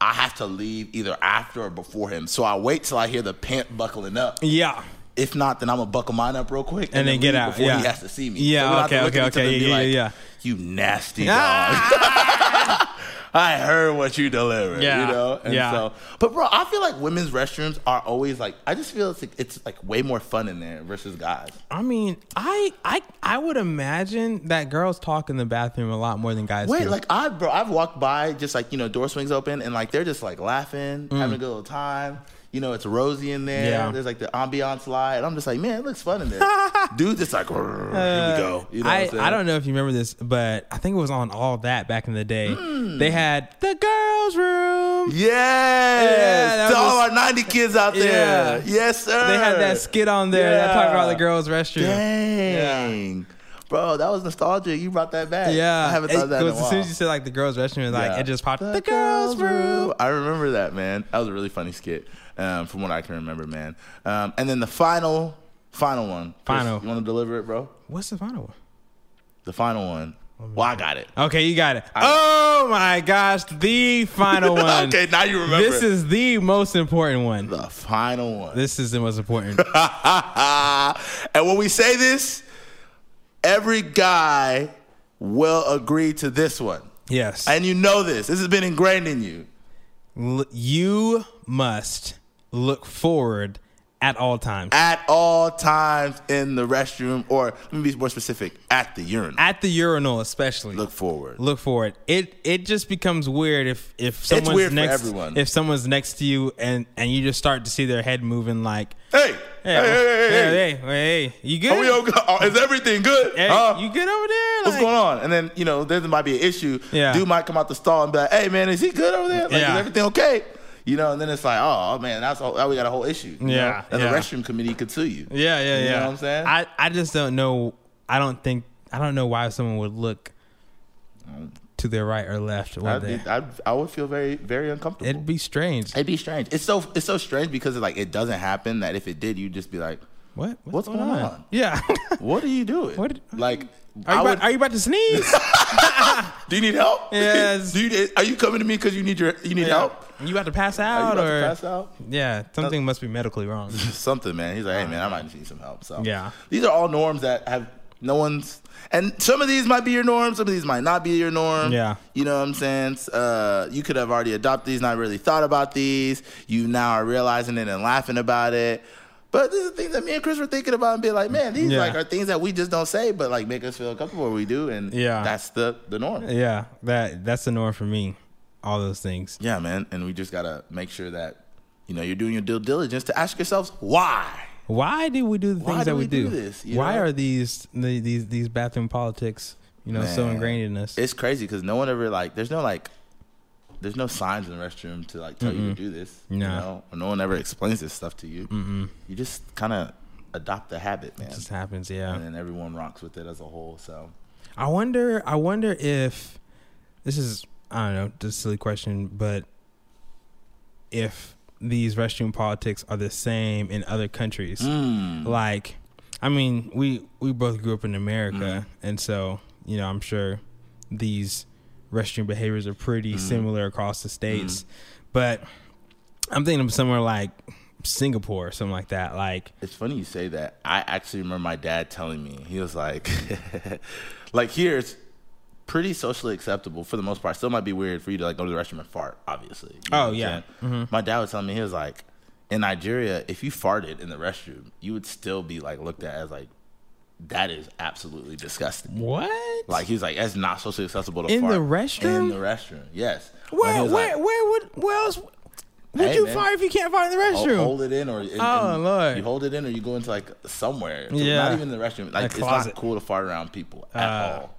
[SPEAKER 1] I have to leave either after or before him. So I wait till I hear the pant buckling up.
[SPEAKER 2] Yeah.
[SPEAKER 1] If not, then I'm gonna buckle mine up real quick
[SPEAKER 2] And then
[SPEAKER 1] leave
[SPEAKER 2] get out,
[SPEAKER 1] before
[SPEAKER 2] yeah.
[SPEAKER 1] he has to see me.
[SPEAKER 2] Yeah,
[SPEAKER 1] So we don't have to
[SPEAKER 2] okay,
[SPEAKER 1] look
[SPEAKER 2] okay,
[SPEAKER 1] at each other
[SPEAKER 2] okay,
[SPEAKER 1] and be
[SPEAKER 2] yeah, yeah,
[SPEAKER 1] like,
[SPEAKER 2] yeah.
[SPEAKER 1] You nasty
[SPEAKER 2] Ah!
[SPEAKER 1] dog. I heard what you delivered.
[SPEAKER 2] Yeah,
[SPEAKER 1] you know. And
[SPEAKER 2] yeah.
[SPEAKER 1] So, but bro, I feel like women's restrooms are always like. I just feel it's like, it's like way more fun in there versus guys.
[SPEAKER 2] I mean, I I I would imagine that girls talk in the bathroom a lot more than guys
[SPEAKER 1] Wait,
[SPEAKER 2] do.
[SPEAKER 1] like I bro, I've walked by just like you know door swings open and like they're just like laughing, having a good little time. You know, it's rosy in there.
[SPEAKER 2] Yeah.
[SPEAKER 1] There's like the ambiance light. And I'm just like, man, it looks fun in there. Dude, just like, "Grrr, here we go. You know what
[SPEAKER 2] Uh, I,
[SPEAKER 1] I'm saying?
[SPEAKER 2] I don't know if you remember this, but I think it was on all that back in the day.
[SPEAKER 1] Hmm.
[SPEAKER 2] They had the girls' room. Yeah,
[SPEAKER 1] Yes.
[SPEAKER 2] that
[SPEAKER 1] to all
[SPEAKER 2] was-
[SPEAKER 1] our 90 kids out there.
[SPEAKER 2] Yeah.
[SPEAKER 1] Yes, sir.
[SPEAKER 2] They had that skit on there that talked about the
[SPEAKER 1] Yeah.
[SPEAKER 2] girls' restroom.
[SPEAKER 1] Dang. Bro, that was nostalgic. You brought that back.
[SPEAKER 2] Yeah,
[SPEAKER 1] I haven't
[SPEAKER 2] It
[SPEAKER 1] thought of that in a
[SPEAKER 2] was-
[SPEAKER 1] while.
[SPEAKER 2] as soon as you said like the girls' restroom, like
[SPEAKER 1] Yeah.
[SPEAKER 2] it just popped. The, girls' room.
[SPEAKER 1] I remember that, man. That was a really funny skit um, from what I can remember, man. Um, and then the final, final one. Chris,
[SPEAKER 2] Final.
[SPEAKER 1] you want to deliver it, bro?
[SPEAKER 2] What's the final one?
[SPEAKER 1] The final one. Well, I got it.
[SPEAKER 2] Okay, you got it. oh my gosh, the final one.
[SPEAKER 1] okay, now you remember.
[SPEAKER 2] this is the most important one.
[SPEAKER 1] the final one.
[SPEAKER 2] This is the most important.
[SPEAKER 1] and when we say this, every guy will agree to this one.
[SPEAKER 2] yes,
[SPEAKER 1] And you know this. This has been ingrained in you.
[SPEAKER 2] L- you must look forward at all times.
[SPEAKER 1] At all times in the restroom, or let me be more specific, at the urinal.
[SPEAKER 2] at the urinal especially
[SPEAKER 1] Look
[SPEAKER 2] look,
[SPEAKER 1] forward.
[SPEAKER 2] for it it it just becomes weird if if someone's
[SPEAKER 1] weird for
[SPEAKER 2] next
[SPEAKER 1] everyone.
[SPEAKER 2] if someone's next to you and and you just start to see their head moving like
[SPEAKER 1] Hey, hey, hey, hey, hey.
[SPEAKER 2] hey, hey, hey, you good
[SPEAKER 1] Are we okay? Are- Is everything good?
[SPEAKER 2] Hey,
[SPEAKER 1] Huh?
[SPEAKER 2] you good over there
[SPEAKER 1] What's
[SPEAKER 2] Like,
[SPEAKER 1] going on? And then, you know, there might be an issue.
[SPEAKER 2] Yeah.
[SPEAKER 1] Dude might come out the stall and be like, hey, man, is he good over there? Like,
[SPEAKER 2] Yeah.
[SPEAKER 1] is everything okay? You know, and then it's like, oh, man, that's all, now we got a whole issue. you
[SPEAKER 2] Yeah,
[SPEAKER 1] know? And
[SPEAKER 2] yeah.
[SPEAKER 1] the restroom committee could sue you.
[SPEAKER 2] yeah yeah yeah
[SPEAKER 1] You know what I'm saying?
[SPEAKER 2] i i just don't know i don't think i don't know why someone would look to their right or left or
[SPEAKER 1] I'd
[SPEAKER 2] they,
[SPEAKER 1] be, I'd, I would feel very, very uncomfortable.
[SPEAKER 2] it'd be strange
[SPEAKER 1] It'd be strange. It's so it's so strange because like it doesn't happen. That if it did, you'd just be like,
[SPEAKER 2] what
[SPEAKER 1] What's going on?
[SPEAKER 2] yeah
[SPEAKER 1] "What are you doing?
[SPEAKER 2] What-
[SPEAKER 1] like,
[SPEAKER 2] are you,
[SPEAKER 1] I
[SPEAKER 2] about,
[SPEAKER 1] would,
[SPEAKER 2] are you about to sneeze
[SPEAKER 1] do you need help?
[SPEAKER 2] Yes.
[SPEAKER 1] do you, are you coming to me because you need your you need help?
[SPEAKER 2] you about to pass
[SPEAKER 1] Are you
[SPEAKER 2] out
[SPEAKER 1] about
[SPEAKER 2] or
[SPEAKER 1] to pass out?
[SPEAKER 2] Yeah, something must be medically wrong.
[SPEAKER 1] Something, man. He's like, "Hey, man, I might need some help." So
[SPEAKER 2] Yeah.
[SPEAKER 1] these are all norms that have no one's. And some of these might be your norm. Some of these might not be your norm.
[SPEAKER 2] Yeah.
[SPEAKER 1] You know what I'm saying? Uh, you could have already adopted these, not really thought about these. You now are realizing it and laughing about it. But these are things that me and Chris were thinking about and be like, man, these
[SPEAKER 2] Yeah.
[SPEAKER 1] like are things that we just don't say, but like make us feel comfortable. We do, and
[SPEAKER 2] Yeah.
[SPEAKER 1] that's the the norm.
[SPEAKER 2] yeah, that that's the norm for me. All those things.
[SPEAKER 1] Yeah, man. And we just gotta make sure that you know you're doing your due diligence to ask yourselves why.
[SPEAKER 2] Why do we do the
[SPEAKER 1] Why
[SPEAKER 2] things
[SPEAKER 1] do
[SPEAKER 2] that we,
[SPEAKER 1] we
[SPEAKER 2] do?
[SPEAKER 1] do this, you
[SPEAKER 2] Why
[SPEAKER 1] know?
[SPEAKER 2] are these the, these these bathroom politics, you know, so
[SPEAKER 1] Man.
[SPEAKER 2] ingrained in us?
[SPEAKER 1] it's crazy because no one ever like there's no like there's no signs in the restroom to like tell you to do this you
[SPEAKER 2] Nah.
[SPEAKER 1] know no one ever explains this stuff to you mm you just kind of adopt the habit man
[SPEAKER 2] It just happens, yeah.
[SPEAKER 1] and then everyone rocks with it as a whole so
[SPEAKER 2] I wonder I wonder if this is I don't know, just a silly question, but if these restroom politics are the same in other countries. Like I mean, we we both grew up in America and so, you know, I'm sure these restroom behaviors are pretty similar across the states. But I'm thinking of somewhere like Singapore or something like that. Like
[SPEAKER 1] it's funny you say that i actually remember my dad telling me he was like like here it's pretty socially acceptable for the most part still might be weird for you to like go to the restroom and fart obviously You know
[SPEAKER 2] Oh,
[SPEAKER 1] what I'm
[SPEAKER 2] yeah.
[SPEAKER 1] saying? my dad was telling me he was like in nigeria if you farted in the restroom you would still be like looked at as like that is absolutely disgusting
[SPEAKER 2] what?
[SPEAKER 1] like he was like that's not socially acceptable to
[SPEAKER 2] In
[SPEAKER 1] fart
[SPEAKER 2] the restroom?
[SPEAKER 1] in the restroom yes Like, he
[SPEAKER 2] Where
[SPEAKER 1] was
[SPEAKER 2] where
[SPEAKER 1] like,
[SPEAKER 2] where would where else would
[SPEAKER 1] Hey,
[SPEAKER 2] you
[SPEAKER 1] man.
[SPEAKER 2] fart if you can't fart in the
[SPEAKER 1] Ho-
[SPEAKER 2] restroom?
[SPEAKER 1] Hold it in, or and-
[SPEAKER 2] Oh,
[SPEAKER 1] and
[SPEAKER 2] Lord.
[SPEAKER 1] you hold it in, or you go into like somewhere.
[SPEAKER 2] Yeah.
[SPEAKER 1] not even in the restroom. Like it's
[SPEAKER 2] closet.
[SPEAKER 1] not cool to fart around people at
[SPEAKER 2] Uh,
[SPEAKER 1] all.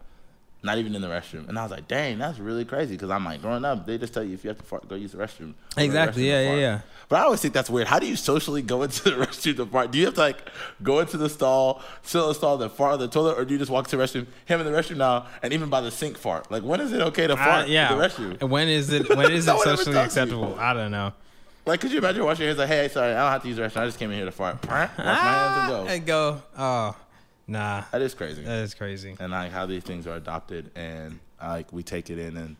[SPEAKER 1] not even in the restroom. And I was like, dang, that's really crazy. Because I'm like, growing up, they just tell you if you have to fart, go use the restroom. Go to the
[SPEAKER 2] Exactly,
[SPEAKER 1] restroom
[SPEAKER 2] yeah,
[SPEAKER 1] and
[SPEAKER 2] yeah,
[SPEAKER 1] fart.
[SPEAKER 2] yeah.
[SPEAKER 1] But I always think that's weird. How do you socially go into the restroom to fart? Do you have to like go into the stall, sit in the stall, then fart on the toilet, or do you just walk to the restroom, him in the restroom now, and even by the sink fart? Like, when is it okay to
[SPEAKER 2] I-
[SPEAKER 1] fart in oh, the restroom?
[SPEAKER 2] Uh, When is it? When is
[SPEAKER 1] No
[SPEAKER 2] it
[SPEAKER 1] one ever
[SPEAKER 2] socially
[SPEAKER 1] tells you.
[SPEAKER 2] acceptable? I don't know.
[SPEAKER 1] Like, could you imagine washing your hands like, hey, sorry, I don't have to use the restroom. I just came in here to fart. Wash my hands and go.
[SPEAKER 2] and Ah, go. Oh, nah.
[SPEAKER 1] That is crazy.
[SPEAKER 2] That is crazy.
[SPEAKER 1] And like how these things are adopted and like we take it in and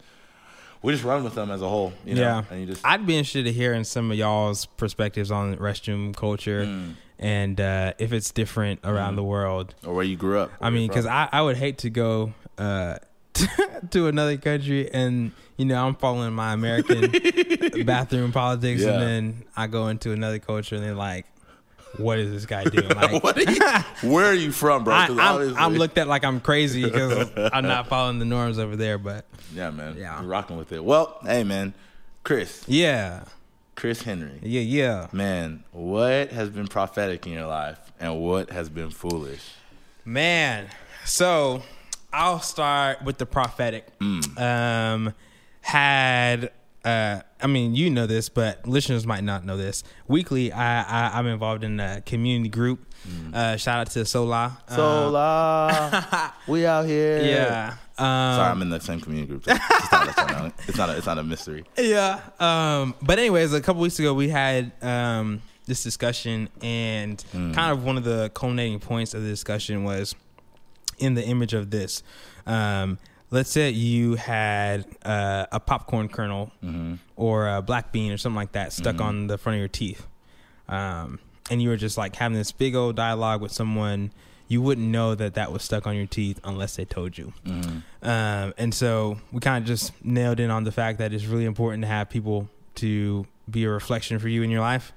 [SPEAKER 1] we just run with them as a whole. You know?
[SPEAKER 2] yeah.
[SPEAKER 1] And you just
[SPEAKER 2] I'd be interested to hear in some of y'all's perspectives on restroom culture
[SPEAKER 1] Mm.
[SPEAKER 2] and uh, if it's different
[SPEAKER 1] Mm-hmm.
[SPEAKER 2] around the world.
[SPEAKER 1] or where you grew up.
[SPEAKER 2] I mean, because
[SPEAKER 1] I,
[SPEAKER 2] I, I would hate to go uh, to another country and, you know, I'm following my American bathroom politics
[SPEAKER 1] Yeah.
[SPEAKER 2] and then I go into another culture and they're like, what is this guy doing? Like,
[SPEAKER 1] what are you, where are you from, bro?
[SPEAKER 2] I,
[SPEAKER 1] 'Cause
[SPEAKER 2] I'm,
[SPEAKER 1] obviously-
[SPEAKER 2] I'm looked at like I'm crazy because I'm not following the norms over there. But
[SPEAKER 1] Yeah, man.
[SPEAKER 2] Yeah.
[SPEAKER 1] You're rocking with it. Well, hey man. Chris.
[SPEAKER 2] yeah,
[SPEAKER 1] Chris Henry.
[SPEAKER 2] yeah, yeah.
[SPEAKER 1] Man, what has been prophetic in your life and what has been foolish?
[SPEAKER 2] Man, so I'll start with the prophetic. Um, had uh, I mean, you know this, but listeners might not know this. Weekly, I, I I'm involved in a community group. Uh, shout out to Sola. Uh,
[SPEAKER 1] Sola. we out here.
[SPEAKER 2] yeah. Um,
[SPEAKER 1] Sorry, I'm in the same community group. Just, just to let y'all know. it's not a, it's not a mystery.
[SPEAKER 2] Yeah. Um, but anyways, a couple weeks ago we had um, this discussion, and kind of one of the culminating points of the discussion was in the image of this. Um, let's say you had uh, a popcorn kernel or a black bean or something like that stuck on the front of your teeth, um, and you were just like having this big old dialogue with someone. You wouldn't know that that was stuck on your teeth unless they told you. Um, and so we kind of just nailed in on the fact that it's really important to have people to be a reflection for you in your life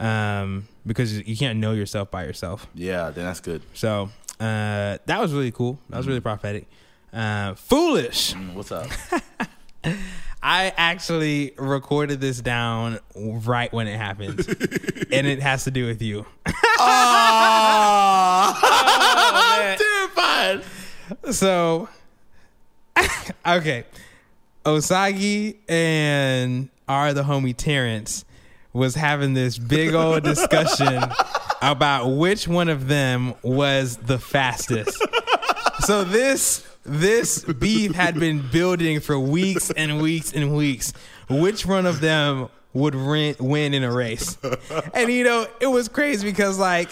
[SPEAKER 2] um, because you can't know yourself by yourself.
[SPEAKER 1] Yeah, then that's good.
[SPEAKER 2] So uh, that was really cool. That was really prophetic. Uh, foolish.
[SPEAKER 1] Mm, What's up?
[SPEAKER 2] I actually recorded this down right when it happened, and it has to do with you.
[SPEAKER 1] I'm terrified.
[SPEAKER 2] So, okay, Osagi and our the homie Terrence was having this big old discussion about which one of them was the fastest. so this this beef had been building for weeks and weeks and weeks. Which one of them would rin- win in a race? And you know, it was crazy because like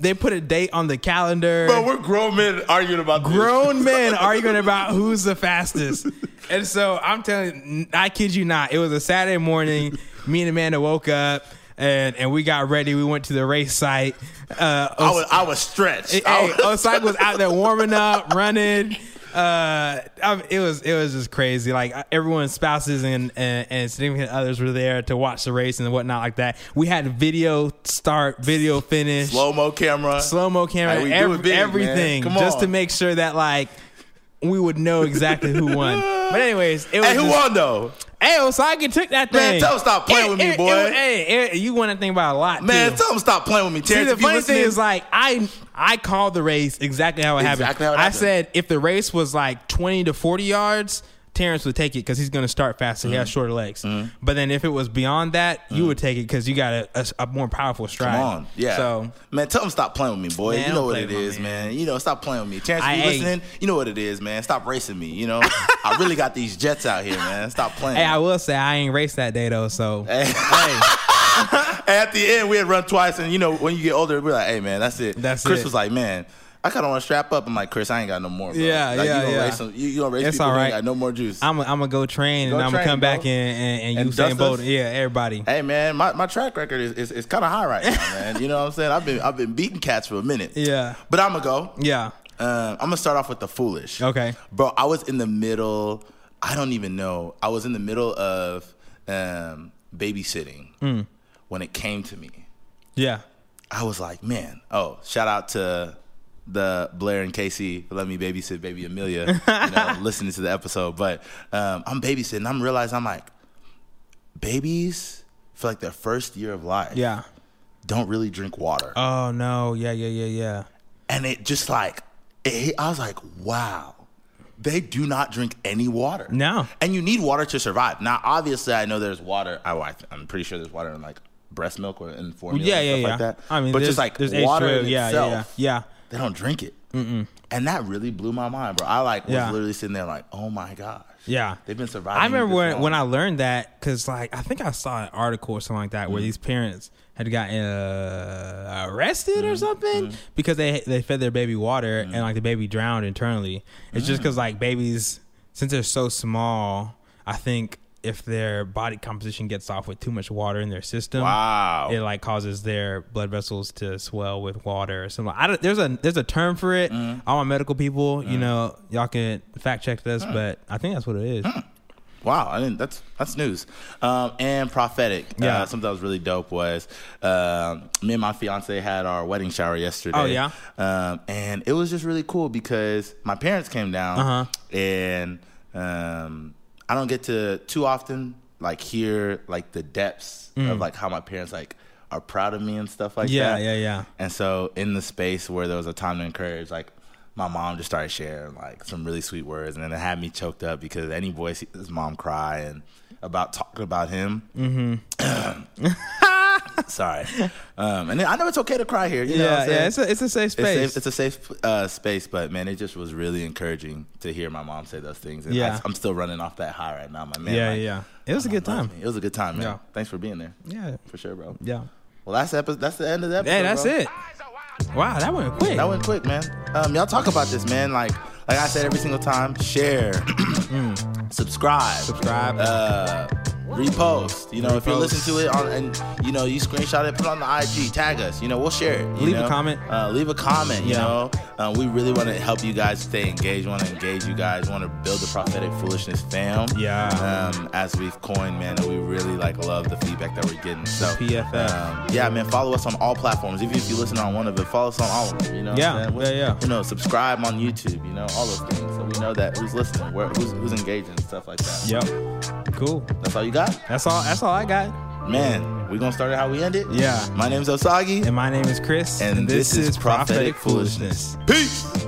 [SPEAKER 2] they put a date on the calendar
[SPEAKER 1] But we're grown men arguing about this.
[SPEAKER 2] grown men arguing about who's the fastest. And so I'm telling I kid you not, it was a Saturday morning. Me and Amanda woke up and, and we got ready. We went to the race site. Uh,
[SPEAKER 1] I was I was stretched. I
[SPEAKER 2] hey,
[SPEAKER 1] was-
[SPEAKER 2] Osaka was out there warming up, running. Uh, I mean, it was it was just crazy. Like everyone's spouses and, and and significant others were there to watch the race and whatnot like that. We had video start, video finish
[SPEAKER 1] slow mo camera.
[SPEAKER 2] slow mo camera,
[SPEAKER 1] Hey, we
[SPEAKER 2] ev-
[SPEAKER 1] do it big, man.
[SPEAKER 2] everything,
[SPEAKER 1] Come
[SPEAKER 2] just to
[SPEAKER 1] on.
[SPEAKER 2] make sure that like we would know exactly who won. But anyways, it was
[SPEAKER 1] hey, who
[SPEAKER 2] just-
[SPEAKER 1] won though?
[SPEAKER 2] Hey, oh, Osaka took that thing.
[SPEAKER 1] Man, tell him stop playing
[SPEAKER 2] It-
[SPEAKER 1] with me,
[SPEAKER 2] it- it
[SPEAKER 1] boy.
[SPEAKER 2] was- hey, it- you won that thing by a lot,
[SPEAKER 1] Man,
[SPEAKER 2] too.
[SPEAKER 1] tell them stop playing with me,
[SPEAKER 2] See,
[SPEAKER 1] Terrence.
[SPEAKER 2] the
[SPEAKER 1] if you
[SPEAKER 2] funny thing
[SPEAKER 1] listening-
[SPEAKER 2] is, like, I I called the race exactly how it happened.
[SPEAKER 1] Exactly how it
[SPEAKER 2] I
[SPEAKER 1] happened.
[SPEAKER 2] said if the race was like twenty to forty yards, Terrence would take it because he's going to start faster. He
[SPEAKER 1] Mm-hmm.
[SPEAKER 2] has shorter legs. But then if it was beyond that, you would take it because you got a, a, a more powerful stride.
[SPEAKER 1] Come on, yeah.
[SPEAKER 2] So
[SPEAKER 1] man, tell them stop playing with me, boy.
[SPEAKER 2] Man,
[SPEAKER 1] you
[SPEAKER 2] don't
[SPEAKER 1] know what
[SPEAKER 2] play
[SPEAKER 1] it
[SPEAKER 2] with my
[SPEAKER 1] is,
[SPEAKER 2] man.
[SPEAKER 1] man. You know, stop playing with me, Terrence.
[SPEAKER 2] I-
[SPEAKER 1] if you
[SPEAKER 2] hey.
[SPEAKER 1] listening? You know what it is, man. Stop racing me. You know, I really got these jets out here, man. Stop playing.
[SPEAKER 2] Hey, I will say I ain't raced that day though, so
[SPEAKER 1] At the end, we had run twice, and you know, when you get older, we're like, "Hey, man, that's it."
[SPEAKER 2] That's
[SPEAKER 1] Chris
[SPEAKER 2] it.
[SPEAKER 1] was like, "Man, I kind of want to strap up." I'm like, "Chris, I ain't got no more." Bro.
[SPEAKER 2] Yeah,
[SPEAKER 1] like,
[SPEAKER 2] yeah,
[SPEAKER 1] you gonna
[SPEAKER 2] yeah.
[SPEAKER 1] Race some, you, you gonna race
[SPEAKER 2] It's
[SPEAKER 1] people? who
[SPEAKER 2] all
[SPEAKER 1] ain't
[SPEAKER 2] right.
[SPEAKER 1] got no more juice.
[SPEAKER 2] I'm I'm gonna go train
[SPEAKER 1] Go
[SPEAKER 2] and I'm gonna
[SPEAKER 1] train,
[SPEAKER 2] come back
[SPEAKER 1] bro.
[SPEAKER 2] and and, and
[SPEAKER 1] And
[SPEAKER 2] Usain
[SPEAKER 1] dust
[SPEAKER 2] Bolt.
[SPEAKER 1] us.
[SPEAKER 2] Yeah, everybody.
[SPEAKER 1] hey, man, my, my track record is, is, is kind of high right now, man. You know what I'm saying? I've been I've been beating cats for a minute.
[SPEAKER 2] Yeah.
[SPEAKER 1] but I'm gonna go.
[SPEAKER 2] Yeah.
[SPEAKER 1] Uh, I'm gonna start off with the foolish.
[SPEAKER 2] Okay.
[SPEAKER 1] bro. I was in the middle. I don't even know. I was in the middle of um, babysitting
[SPEAKER 2] Mm.
[SPEAKER 1] when it came to me.
[SPEAKER 2] Yeah.
[SPEAKER 1] I was like, man, oh, shout out to the Blair and Casey for letting me babysit baby Amelia, you know, listening to the episode. But um, I'm babysitting. I'm realizing I'm like, babies for like their first year of life
[SPEAKER 2] Yeah.
[SPEAKER 1] don't really drink water.
[SPEAKER 2] Oh no. Yeah. Yeah. Yeah. Yeah.
[SPEAKER 1] and it just like, it hit, I was like, wow, they do not drink any water.
[SPEAKER 2] No.
[SPEAKER 1] And you need water to survive. Now, obviously, I know there's water. I, I- I'm pretty sure there's water in like breast milk or in formula
[SPEAKER 2] Yeah,
[SPEAKER 1] and
[SPEAKER 2] yeah,
[SPEAKER 1] stuff
[SPEAKER 2] yeah.
[SPEAKER 1] like that.
[SPEAKER 2] I mean,
[SPEAKER 1] but
[SPEAKER 2] there's,
[SPEAKER 1] just like
[SPEAKER 2] there's
[SPEAKER 1] water
[SPEAKER 2] H2O.
[SPEAKER 1] in
[SPEAKER 2] yeah,
[SPEAKER 1] itself,
[SPEAKER 2] yeah,
[SPEAKER 1] they don't drink it. And that really blew my mind, bro. I like was
[SPEAKER 2] Yeah.
[SPEAKER 1] literally sitting there like, oh my gosh.
[SPEAKER 2] yeah, yeah.
[SPEAKER 1] They've been surviving.
[SPEAKER 2] I remember when, when I learned that because like I think I saw an article or something like that where these parents had gotten uh, arrested or something because they they fed their baby water and like the baby drowned internally. It's just because like babies since they're so small, I think if their body composition gets off with too much water in their system,
[SPEAKER 1] Wow.
[SPEAKER 2] it like causes their blood vessels to swell with water or something. I don't, there's a there's a term for it. All my medical people, you know, y'all can fact check this, but I think that's what it is.
[SPEAKER 1] Wow, I didn't. That's that's news. Um, and prophetic.
[SPEAKER 2] Yeah.
[SPEAKER 1] Uh, something that was really dope was um me and my fiance had our wedding shower yesterday.
[SPEAKER 2] Oh, yeah?
[SPEAKER 1] Um, and it was just really cool because my parents came down,
[SPEAKER 2] Uh-huh.
[SPEAKER 1] and um, I don't get to too often like hear like the depths of like how my parents like are proud of me and stuff like
[SPEAKER 2] Mm. Yeah,
[SPEAKER 1] that.
[SPEAKER 2] yeah, yeah.
[SPEAKER 1] And so in the space where there was a time to encourage, like my mom just started sharing like some really sweet words, and then it had me choked up because any boy sees his mom cry and about talking about him. Mm-hmm. Sorry, um, and then I know it's okay to cry here. You know what I'm
[SPEAKER 2] yeah,
[SPEAKER 1] saying?
[SPEAKER 2] yeah. It's a it's a safe
[SPEAKER 1] It's,
[SPEAKER 2] space.
[SPEAKER 1] safe, it's a safe uh, space, but man, it just was really encouraging to hear my mom say those things. And
[SPEAKER 2] Yeah.
[SPEAKER 1] I, am still running off that high right now, my man.
[SPEAKER 2] yeah,
[SPEAKER 1] like,
[SPEAKER 2] yeah. It was a
[SPEAKER 1] my
[SPEAKER 2] good
[SPEAKER 1] mom loves
[SPEAKER 2] time.
[SPEAKER 1] me. It was a good time, man.
[SPEAKER 2] Yeah.
[SPEAKER 1] Thanks for being there,
[SPEAKER 2] Yeah,
[SPEAKER 1] for sure, bro.
[SPEAKER 2] yeah.
[SPEAKER 1] Well, that's the epi- That's the end of the episode.
[SPEAKER 2] Hey, that's
[SPEAKER 1] bro.
[SPEAKER 2] it. Wow, that went quick.
[SPEAKER 1] That went quick, man. Um, y'all talk about this, man. Like, like I said every single time, share, subscribe,
[SPEAKER 2] Mm. Subscribe.
[SPEAKER 1] uh, repost. You know, if you
[SPEAKER 2] Repost.
[SPEAKER 1] listen to it on, and you know, you screenshot it, put it on the IG, tag us. You know, we'll share it. you
[SPEAKER 2] Leave a
[SPEAKER 1] know?
[SPEAKER 2] comment.
[SPEAKER 1] Uh, leave a comment. You
[SPEAKER 2] Yeah.
[SPEAKER 1] know, uh, we really want to help you guys stay engaged. Want to engage you guys. Want to build the prophetic foolishness fam.
[SPEAKER 2] Yeah.
[SPEAKER 1] Um, as we've coined, man, and we really like love the feedback that we're getting. So
[SPEAKER 2] PFF.
[SPEAKER 1] um, yeah, man, follow us on all platforms. Even if you listen on one of it, follow us on all of them. You know,
[SPEAKER 2] Yeah,
[SPEAKER 1] what I'm saying?
[SPEAKER 2] yeah, yeah.
[SPEAKER 1] You know, subscribe on YouTube. You know, all those things. So we know that who's listening, where, who's, who's engaging, and stuff like that.
[SPEAKER 2] Yep. Cool.
[SPEAKER 1] That's all you got,
[SPEAKER 2] That's all. That's all I got.
[SPEAKER 1] man. We gonna start it how we end it.
[SPEAKER 2] Yeah.
[SPEAKER 1] My name's Osagi,
[SPEAKER 2] And my name is Chris.
[SPEAKER 1] and, this, is prophetic, foolishness. Peace.